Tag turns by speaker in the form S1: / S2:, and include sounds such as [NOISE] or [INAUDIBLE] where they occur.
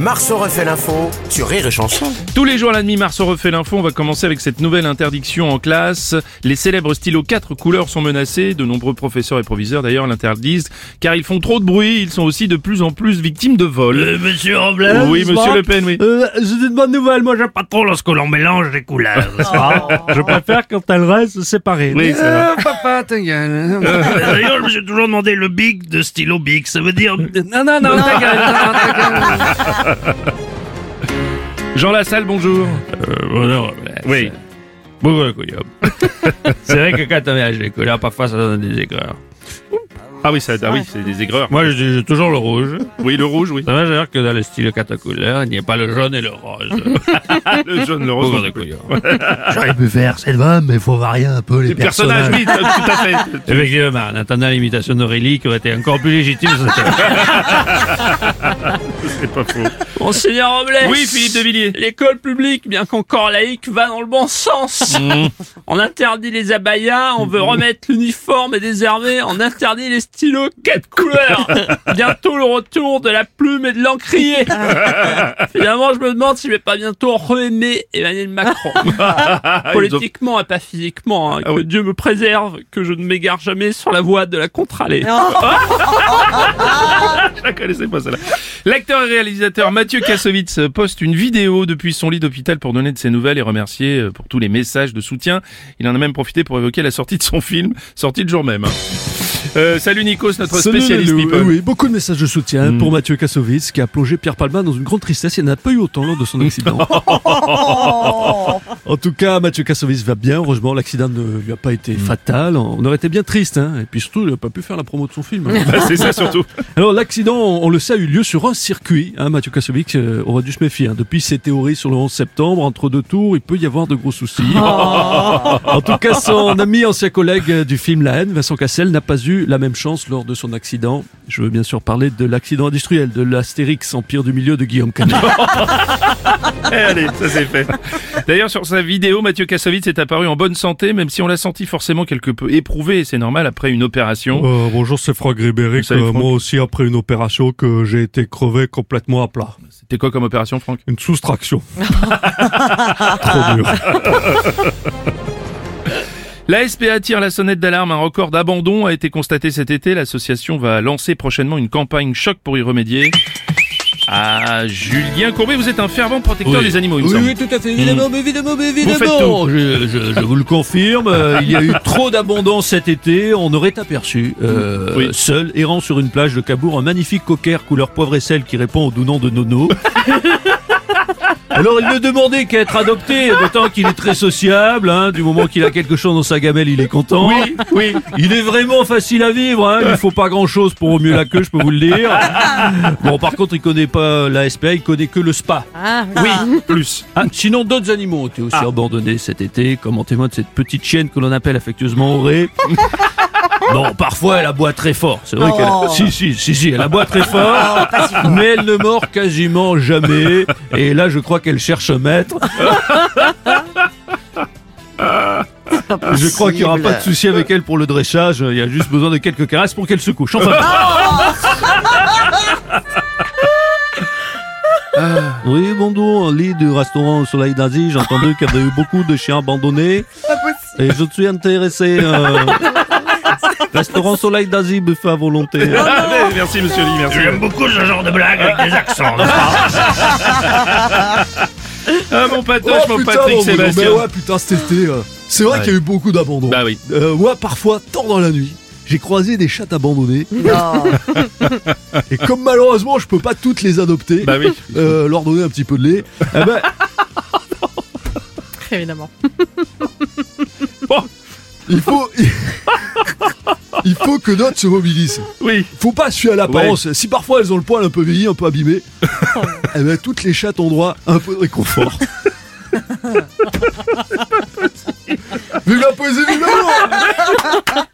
S1: Marceau refait l'info sur Rire et Chanson.
S2: Tous les jours à la demi, Marceau refait l'info. On va commencer avec cette nouvelle interdiction en classe. Les célèbres stylos quatre couleurs sont menacés. De nombreux professeurs et proviseurs d'ailleurs l'interdisent car ils font trop de bruit. Ils sont aussi de plus en plus victimes de vols.
S3: Euh, monsieur Robles
S2: Oui, monsieur Le Pen, oui.
S3: Euh, c'est une bonne nouvelle, moi j'aime pas trop lorsque l'on mélange les couleurs. Je préfère quand elles restent séparées.
S2: Oui, c'est vrai.
S3: Euh, D'ailleurs, je me suis toujours demandé le big de stylo big, ça veut dire... Non, non, non,
S2: Jean Lassalle, bonjour.
S3: Euh, Oui. Bonjour, [LAUGHS] C'est vrai que quand on mélange les couleurs, parfois ça donne des aigreurs.
S2: Ah oui, ça, ah oui, c'est des aigreurs.
S3: Moi, j'ai j'ai toujours le rouge.
S2: Oui, le rouge, oui.
S3: Ça veut dire que dans le stylo quatre couleurs, il n'y a pas le jaune et le rose.
S2: Le jaune, le rose.
S3: Bonjour, couleurs.
S4: J'aurais pu faire cette vanne, mais faut varier un peu les,
S2: Les personnages, oui, tout à fait.
S3: Effectivement, en attendant l'imitation d'Aurélie qui aurait été encore plus légitime. c'était-
S2: [LAUGHS] C'est pas faux.
S5: Monseigneur Robles.
S2: Oui, Philippe de Villiers.
S5: L'école publique, bien qu'encore laïque, va dans le bon sens.
S3: Mm.
S5: on interdit les abayas, on veut remettre l'uniforme et désarmer, on interdit les stylos quatre couleurs. bientôt le retour de la plume et de l'encrier. Finalement, je me demande si je vais pas bientôt re-aimer Emmanuel Macron. [LAUGHS] Politiquement et pas physiquement. hein. que Dieu me préserve, que je ne m'égare jamais sur la voie de la contre-allée.
S2: [LAUGHS] Je la connaissais pas celle-là. L'acteur et réalisateur Mathieu Kassovitz poste une vidéo depuis son lit d'hôpital pour donner de ses nouvelles et remercier euh, pour tous les messages de soutien. Il en a même profité pour évoquer la sortie de son film, sorti le jour même. hein. Euh, salut Nikos, notre spécialiste
S4: Salut, Lalo.
S2: nippon. Mm.
S4: Oui, beaucoup de messages de soutien pour Mathieu Kassovitz qui a plongé Pierre Palma dans une grande tristesse et n'a pas eu autant lors de son accident. en tout cas, Mathieu Kassovitz va bien. Heureusement, l'accident ne lui a pas
S2: Mm.
S4: été fatal. On aurait été bien triste. Hein. Et puis surtout, il n'a pas pu faire la promo de son film. hein.
S2: Bah, c'est ça surtout. [LAUGHS]
S4: Alors l'accident, on on le sait, a eu lieu sur un circuit. Hein, Mathieu Kassovitz euh, aurait dû se méfier. hein. Depuis ses théories sur le 11 septembre, entre deux tours, il peut y avoir de gros soucis. en tout cas, son ami, ancien collègue euh, du film La haine, Vincent Cassel, n'a pas eu la même chance lors de son accident. Je veux bien sûr parler de l'accident industriel, de l'Astérix Empire du Milieu de Guillaume Canet.
S2: Eh, allez, ça c'est fait. D'ailleurs, sur sa vidéo, Mathieu Kassovitz est apparu en bonne santé, même si on l'a senti forcément quelque peu éprouvé, et c'est normal après une
S4: Oh.
S2: opération.
S4: Euh, bonjour, c'est Franck Ribéric.
S2: Salut, Euh, Franck. moi
S4: aussi, après une opération que j'ai été crevé complètement à plat.
S2: C'était quoi comme opération, Franck
S4: Une soustraction. Trop dur.
S2: La SPA tire la sonnette d'alarme. Un record d'abandon a été constaté cet été. L'association va lancer prochainement une campagne choc pour y remédier. Ah, Julien Courbet, vous êtes un fervent protecteur
S3: Oui.
S2: des animaux, il me [LAUGHS]
S4: Oui,
S2: semble.
S4: oui, tout à fait, évidemment, mais évidemment, mais
S2: Vous faites
S4: évidemment. Je, je- je vous le confirme, euh, il y a eu trop d'abondance cet été. On aurait aperçu, euh,
S2: Oui.
S4: seul, errant sur une plage de Cabourg, un magnifique cocker couleur poivre et sel qui répond au doux nom de [LAUGHS] Nono. Alors il ne demandait qu'à être adopté, d'autant qu'il est très sociable, hein, du moment qu'il a quelque chose dans sa gamelle, il est content.
S2: Oui, oui.
S4: Il est vraiment facile à vivre, hein. il faut pas grand chose pour au mieux la queue, je peux vous le dire. Bon par contre il connaît pas la SPA, il connaît que le spa.
S2: Oui, plus.
S4: Ah, sinon, d'autres animaux ont été aussi abandonnés cet été, comme en témoin de cette petite chienne que l'on appelle affectueusement Auré. Bon, parfois elle aboie très fort. C'est vrai qu'elle. Si, si, si, si, elle aboie très fort. mais elle ne mord quasiment jamais. Et là, je crois qu'elle cherche un maître. Je crois qu'il n'y aura pas de souci avec elle pour le dressage. Il y a juste besoin de quelques caresses pour qu'elle se couche. Enfin. Ah. Oui, bonjour, lit du restaurant au Soleil d'Asie, j'ai entendu qu'il y avait eu beaucoup de chiens abandonnés. Et je suis intéressé. euh, restaurant Soleil d'Asie, buffet à volonté.
S2: Allez, Ah, merci, monsieur Lee, merci.
S3: J'aime beaucoup ce genre de blague avec des accents.
S2: [LAUGHS] Ah, mon patoche,
S3: Oh,
S4: Oh,
S2: mon Patrick Sébastien.
S4: ouais, putain, cet été, euh, c'est vrai
S2: Ouais.
S4: qu'il y a eu beaucoup d'abandons.
S2: Bah oui.
S4: Euh, moi, parfois, tard dans la nuit, j'ai croisé des chattes abandonnées. [LAUGHS] Et comme malheureusement, je peux pas toutes les adopter,
S2: Bah oui.
S4: euh, leur donner un petit peu de lait, eh ben,
S6: Évidemment.
S4: il faut. [LAUGHS] Il faut que d'autres se mobilisent.
S2: Oui.
S4: Faut pas se fier à l'apparence. Si parfois elles ont le poil un peu vieilli, un peu abîmé, eh ben, toutes les chattes ont droit à un peu de réconfort. [LAUGHS] vive la poésie, vive l'amour